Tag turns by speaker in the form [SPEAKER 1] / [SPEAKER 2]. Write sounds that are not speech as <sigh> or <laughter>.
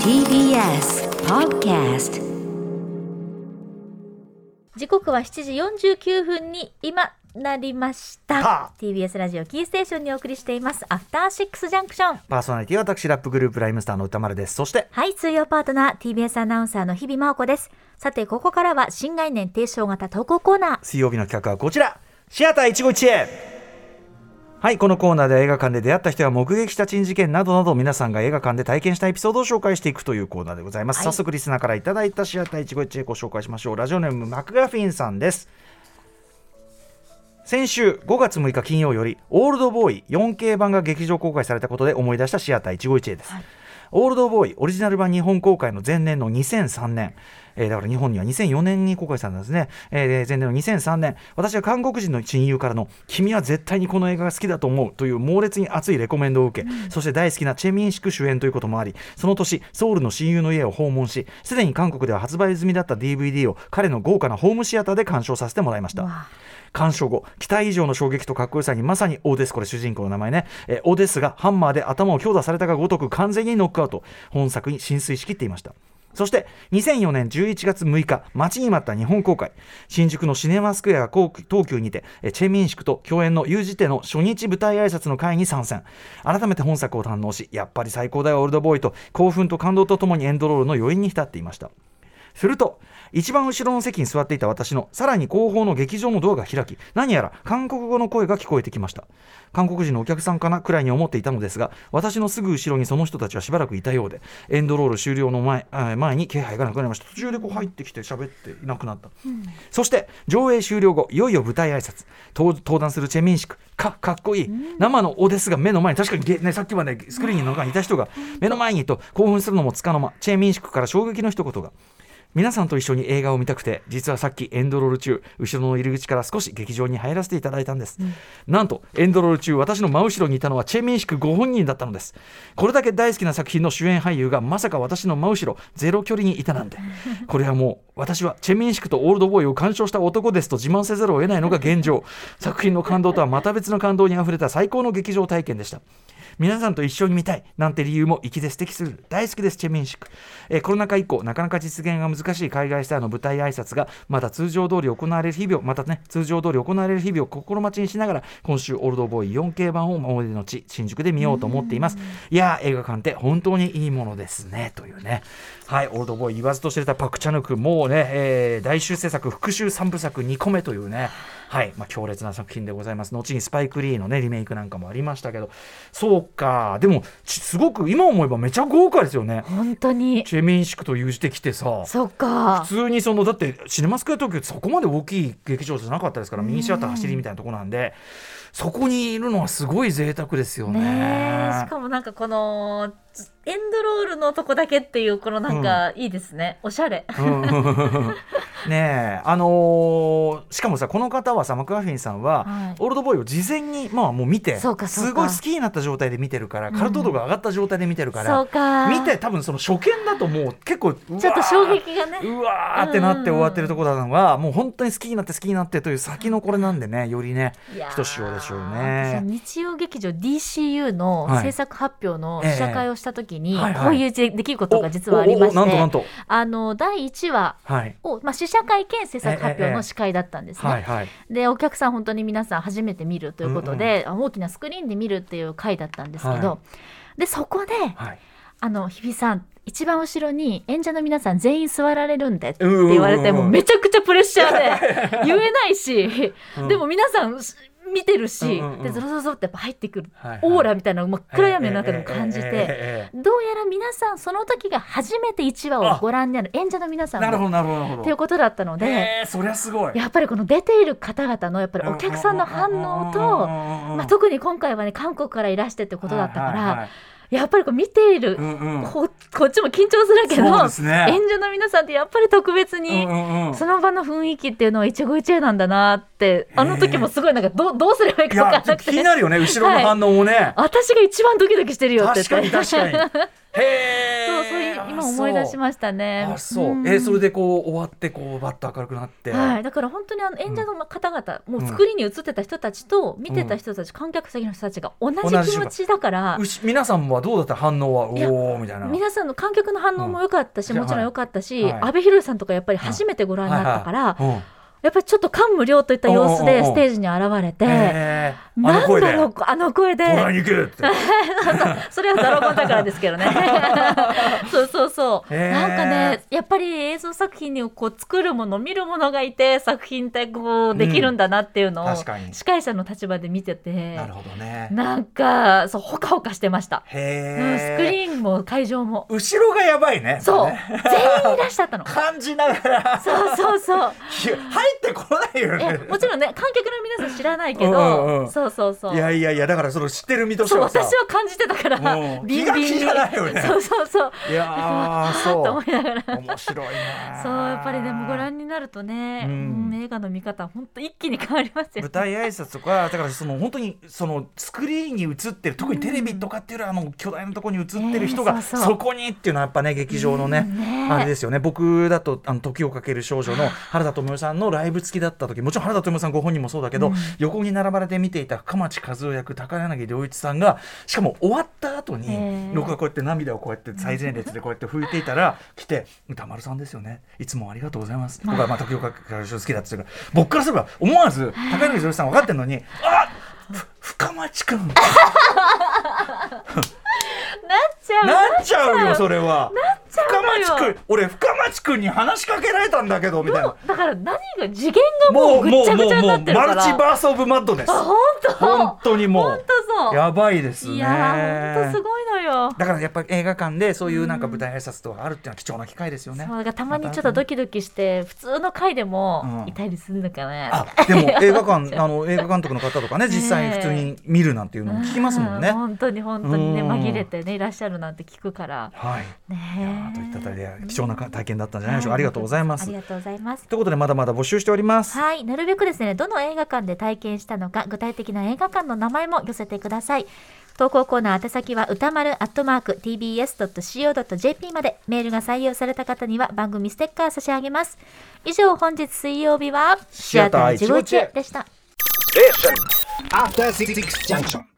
[SPEAKER 1] TBS Podcast
[SPEAKER 2] 時刻は7時49分に今なりました、
[SPEAKER 3] はあ
[SPEAKER 2] TBS ラジオキーステーションにお送りしていますアフターシックスジャンクション
[SPEAKER 3] パーソナリティは私ラップグループライムスターの歌丸ですそして
[SPEAKER 2] はい水曜パートナー TBS アナウンサーの日々真央子ですさてここからは新概念提唱型投稿コーナー
[SPEAKER 3] 水曜日の企画はこちらシアター一期一会はいこのコーナーでは映画館で出会った人や目撃した珍事件などなど皆さんが映画館で体験したエピソードを紹介していくというコーナーでございます、
[SPEAKER 2] はい
[SPEAKER 3] 早速リスナーからいただいたシアター一期一会ご紹介しましょうラジオネームマクガフィンさんです先週5月6日金曜よりオールドボーイ 4K 版が劇場公開されたことで思い出したシアター一期一会です、オールドボーイオリジナル版日本公開の前年の2003年、えーだから日本には2004年に公開されたんですね、えー前年の2003年私は韓国人の親友からの「君は絶対にこの映画が好きだと思う」という猛烈に熱いレコメンドを受け、そして大好きなチェ・ミンシク主演ということもありその年ソウルの親友の家を訪問しすでに韓国では発売済みだった DVD を彼の豪華なホームシアターで鑑賞させてもらいました。
[SPEAKER 2] わ
[SPEAKER 3] 鑑賞後期待以上の衝撃とかっこよさにまさにオーデスこれ主人公の名前ね、えーオーデスがハンマーで頭を強打されたがごとく完全にノックアウト本作に浸水しきっていましたそして2004年11月6日待ちに待った日本公開新宿のシネマスクエア東急にてえーチェ・ミンシクと共演のユージテの初日舞台挨拶の会に参戦改めて本作を堪能しやっぱり最高だよオールドボーイと興奮と感動とともにエンドロールの余韻に浸っていましたすると一番後ろの席に座っていた私のさらに後方の劇場のドアが開き何やら韓国語の声が聞こえてきました韓国人のお客さんかなくらいに思っていたのですが私のすぐ後ろにその人たちはしばらくいたようでエンドロール終了の前あー前に気配がなくなりました途中でこう入ってきて喋っていなくなった、そして上映終了後いよいよ舞台挨拶登登壇するチェ・ミンシクかかっこいい、生のオデスが目の前に確かにげ、ね、さっきまでスクリーンの中にいた人が目の前にと興奮するのもつかの間チェ・ミンシクから衝撃の一言が皆さんと一緒に映画を見たくて実はさっきエンドロール中後ろの入り口から少し劇場に入らせていただいたんです、なんとエンドロール中私の真後ろにいたのはチェ・ミンシクご本人だったのですこれだけ大好きな作品の主演俳優がまさか私の真後ろゼロ距離にいたなんてこれはもう私はチェ・ミンシクとオールドボーイを鑑賞した男ですと自慢せざるを得ないのが現状作品の感動とはまた別の感動にあふれた最高の劇場体験でした皆さんと一緒に見たいなんて理由も息で素敵する大好きですチェミンシク、えーコロナ禍以降なかなか実現が難しい海外スターの舞台挨拶がまた通常通り行われる日々をまたね通常通り行われる日々を心待ちにしながら今週オールドボーイ 4K 版を思い出の地新宿で見ようと思っていますいやー映画館って本当にいいものですねというねはいオールドボーイ言わずと知れたパク・チャヌクもうね、えー大修正作復習3部作2個目というねはい、まあ、強烈な作品でございます後にスパイク・リーのねリメイクなんかもありましたけどそうかでもちすごく今思えばめちゃ豪華ですよね
[SPEAKER 2] 本当に
[SPEAKER 3] チェ・ミンシクという字で来てさ
[SPEAKER 2] そっか
[SPEAKER 3] 普通にそのだってシネマスクエア東京ってそこまで大きい劇場じゃなかったですからミニシアター走りみたいなとこなんでそこにいるのはすごい贅沢ですよね。
[SPEAKER 2] ねえしかもなんかこのエンドロールのとこだけっていうこのなんかいいですね、おしゃれ
[SPEAKER 3] うん <laughs> ねえあのーしかもさこの方はさマクガフィンさんは、
[SPEAKER 2] はい
[SPEAKER 3] オールドボーイを事前にまあもう見て
[SPEAKER 2] そうかそうか
[SPEAKER 3] すごい好きになった状態で見てるからカルト度が上がった状態で見てるか
[SPEAKER 2] そ
[SPEAKER 3] ら
[SPEAKER 2] う、か
[SPEAKER 3] 見て多分その初見だともう結構ちょ
[SPEAKER 2] ちょっと衝撃がね
[SPEAKER 3] うわーってなって終わってるところなのは、もう本当に好きになって好きになってという先のこれなんでねよりね
[SPEAKER 2] いやー
[SPEAKER 3] ひとしおでしょう
[SPEAKER 2] 私
[SPEAKER 3] ね。
[SPEAKER 2] 日曜劇場 DCU の
[SPEAKER 3] はい
[SPEAKER 2] 制作発表の
[SPEAKER 3] ええ
[SPEAKER 2] 試写会をした時に、
[SPEAKER 3] はいはい
[SPEAKER 2] こういう出来事が実はありまし
[SPEAKER 3] おおおなんとなん
[SPEAKER 2] て
[SPEAKER 3] と
[SPEAKER 2] あの第1話
[SPEAKER 3] はい
[SPEAKER 2] を、まあ、試写会兼制作発表の司会だったんですね。
[SPEAKER 3] はいはい
[SPEAKER 2] でお客さん本当に皆さん初めて見るということで、あ大きなスクリーンで見るっていう回だったんですけど、
[SPEAKER 3] は
[SPEAKER 2] でそこで
[SPEAKER 3] はい。
[SPEAKER 2] あの日比さん一番後ろに演者の皆さん全員座られるんでって
[SPEAKER 3] うんうんうん
[SPEAKER 2] 言われてもうめちゃくちゃプレッシャ
[SPEAKER 3] <laughs>
[SPEAKER 2] ーで言えないし、
[SPEAKER 3] うん
[SPEAKER 2] でも皆さん見てるし、
[SPEAKER 3] うんうんうん
[SPEAKER 2] でゾロゾロゾロってやっぱ入ってくる
[SPEAKER 3] はいはい
[SPEAKER 2] オーラみたいなのを真っ暗闇の中でも感じ
[SPEAKER 3] ええ
[SPEAKER 2] て。
[SPEAKER 3] えええええ
[SPEAKER 2] どうやら皆さんその時が初めて1話をご覧になる演者の皆
[SPEAKER 3] え
[SPEAKER 2] さん
[SPEAKER 3] なるほ
[SPEAKER 2] も
[SPEAKER 3] どなるほどなるほど。
[SPEAKER 2] ということだったので、
[SPEAKER 3] えーそりゃすごい。
[SPEAKER 2] やっぱりこの出ている方々のやっぱりお客さんの反応と、ま
[SPEAKER 3] ま
[SPEAKER 2] あ、特に今回はね韓国からいらしてってことだったから、
[SPEAKER 3] はいはい
[SPEAKER 2] やっぱりこう見ている、
[SPEAKER 3] うんうん
[SPEAKER 2] ここっちも緊張するけ
[SPEAKER 3] そう
[SPEAKER 2] ど、
[SPEAKER 3] ですね
[SPEAKER 2] 演者の皆さんってやっぱり特別
[SPEAKER 3] うん
[SPEAKER 2] に、
[SPEAKER 3] うんうん
[SPEAKER 2] その場の雰囲気っていうのは一期一会なんだなってあの時もすごいなんかどうどうすればいい
[SPEAKER 3] い
[SPEAKER 2] か分か
[SPEAKER 3] や
[SPEAKER 2] んなく
[SPEAKER 3] 気に
[SPEAKER 2] て
[SPEAKER 3] なるよね後ろの反応もね。
[SPEAKER 2] 私が一番ドキドキしてるよって言って
[SPEAKER 3] 確かに確かに。へえ。
[SPEAKER 2] <laughs> そうそういう今思い出しましたね。
[SPEAKER 3] あそう、
[SPEAKER 2] ん
[SPEAKER 3] えそれでこう終わってこうバッと明るくなって、
[SPEAKER 2] はい、だから本当にあの演者の方々、もう作りに映ってた人たちと見てた人たち、観客席の人たちが同じ
[SPEAKER 3] 同じ
[SPEAKER 2] 気持ちだから
[SPEAKER 3] うし皆さんはどうだった反応はい
[SPEAKER 2] や
[SPEAKER 3] おおみたいな
[SPEAKER 2] 皆さんの観客の反応も良かったし、
[SPEAKER 3] うん
[SPEAKER 2] もちろん良かったし、
[SPEAKER 3] はい
[SPEAKER 2] 阿部寛さんとかやっぱり初めてご覧になったから、
[SPEAKER 3] はいはいうん
[SPEAKER 2] やっぱりちょっと感無量といった様子
[SPEAKER 3] おうおうおう
[SPEAKER 2] でステージに現れて、
[SPEAKER 3] えー、あ
[SPEAKER 2] なん
[SPEAKER 3] の声で
[SPEAKER 2] だろうあの声で
[SPEAKER 3] 東大に行くって
[SPEAKER 2] それはドラゴンだからですけど
[SPEAKER 3] <laughs>
[SPEAKER 2] ね <laughs> そうそうそう、
[SPEAKER 3] へー
[SPEAKER 2] なんかねやっぱり映像作品にこう作るもの見るものがいて作品ってこうできるんだなっていうのを、
[SPEAKER 3] うん確かに
[SPEAKER 2] 司会者の立場で見てて
[SPEAKER 3] なるほどね
[SPEAKER 2] なんかそうほかほかしてました、うん、スク
[SPEAKER 3] へえ、
[SPEAKER 2] リーンも会場も
[SPEAKER 3] 後ろがやばいね
[SPEAKER 2] そう、
[SPEAKER 3] ね
[SPEAKER 2] 全員いらっしゃ
[SPEAKER 3] <laughs>
[SPEAKER 2] ったの
[SPEAKER 3] 感じながら
[SPEAKER 2] そうそうそう
[SPEAKER 3] いや入ってこないよ
[SPEAKER 2] え
[SPEAKER 3] ね
[SPEAKER 2] もちろんね観客の皆さん知らないけど
[SPEAKER 3] うんうんうん
[SPEAKER 2] そうそうそう
[SPEAKER 3] いやいやいやだからその知ってる身として
[SPEAKER 2] そう
[SPEAKER 3] はさ
[SPEAKER 2] 私は感じてたから
[SPEAKER 3] うん
[SPEAKER 2] ビンビンに
[SPEAKER 3] 気が気じゃないよね
[SPEAKER 2] そうそうそう
[SPEAKER 3] いや
[SPEAKER 2] <laughs>
[SPEAKER 3] ー
[SPEAKER 2] と
[SPEAKER 3] そ
[SPEAKER 2] 思
[SPEAKER 3] う
[SPEAKER 2] いながら
[SPEAKER 3] 面白いね
[SPEAKER 2] そうやっぱりでもご覧になるとね、
[SPEAKER 3] う
[SPEAKER 2] うんん映画の見方本当一気に変わりますよ
[SPEAKER 3] 舞
[SPEAKER 2] ね。
[SPEAKER 3] 台挨拶とかだからその本当にそのスクリーンに映ってる特にテレビとかっていうよりはあの巨大なところに映ってる人
[SPEAKER 2] え
[SPEAKER 3] が
[SPEAKER 2] えそうそう
[SPEAKER 3] そこにっていうのはやっぱね劇場のね
[SPEAKER 2] うんね
[SPEAKER 3] あれですよね僕だと「あの時をかける少女」の原田知世さんのライブ付きだった時もちろん原田知世さんご本人もそうだけど横に並ばれて見ていた深町和夫役高柳良一さんがしかも終わった後
[SPEAKER 2] え
[SPEAKER 3] に
[SPEAKER 2] え
[SPEAKER 3] 僕がこうやって涙をこうやって最前列でこうやって拭いていたら来て「歌丸さんですよねいつもありがとうございます」僕はまあ時をかける少女好きだって言うから僕からすれば思わず高柳良一さん分かってるのに「あふ深町君なっ
[SPEAKER 2] なっちゃう
[SPEAKER 3] ちゃうよそれは」
[SPEAKER 2] ちゃうのよ
[SPEAKER 3] 深町君俺深町君に話しかけられたんだけどみたいな。
[SPEAKER 2] だから何が次元がもうぐっちゃぐちゃになってるから。
[SPEAKER 3] マルチバースオブマッドです
[SPEAKER 2] あ本当
[SPEAKER 3] 本当にも
[SPEAKER 2] 本当
[SPEAKER 3] う
[SPEAKER 2] そう。
[SPEAKER 3] やばいですね
[SPEAKER 2] いや本当すごいのよ。
[SPEAKER 3] だからやっぱり映画館でそういうなんか舞台挨拶とかあるっていうのは貴重な機会ですよね
[SPEAKER 2] そうだからたまにちょっとドキドキして普通の回でも
[SPEAKER 3] うん
[SPEAKER 2] いたりするのかね。
[SPEAKER 3] あ
[SPEAKER 2] <laughs>
[SPEAKER 3] でも映画館あの映画監督の方とかね実際に普通に見るなんていうのも聞きますもん
[SPEAKER 2] う
[SPEAKER 3] ね
[SPEAKER 2] 本当に本当にね
[SPEAKER 3] うん
[SPEAKER 2] 紛れてねいらっしゃるなんて聞くから
[SPEAKER 3] はい
[SPEAKER 2] ね
[SPEAKER 3] いやーといったあたりで貴重な体験だったんじゃないでしょうかありがとうございま
[SPEAKER 2] あ
[SPEAKER 3] す
[SPEAKER 2] りがとうございます。
[SPEAKER 3] ということでまだまだ募集しております
[SPEAKER 2] はい、なるべくですね、どの映画館で体験したのか、具体的な映画館の名前も寄せてください。投稿コーナー宛先は歌丸アットマーク tbs.co.jp までメールが採用された方には番組ステッカー差し上げます。以上、本日水曜日はシアター151でした。
[SPEAKER 4] After Six Junction.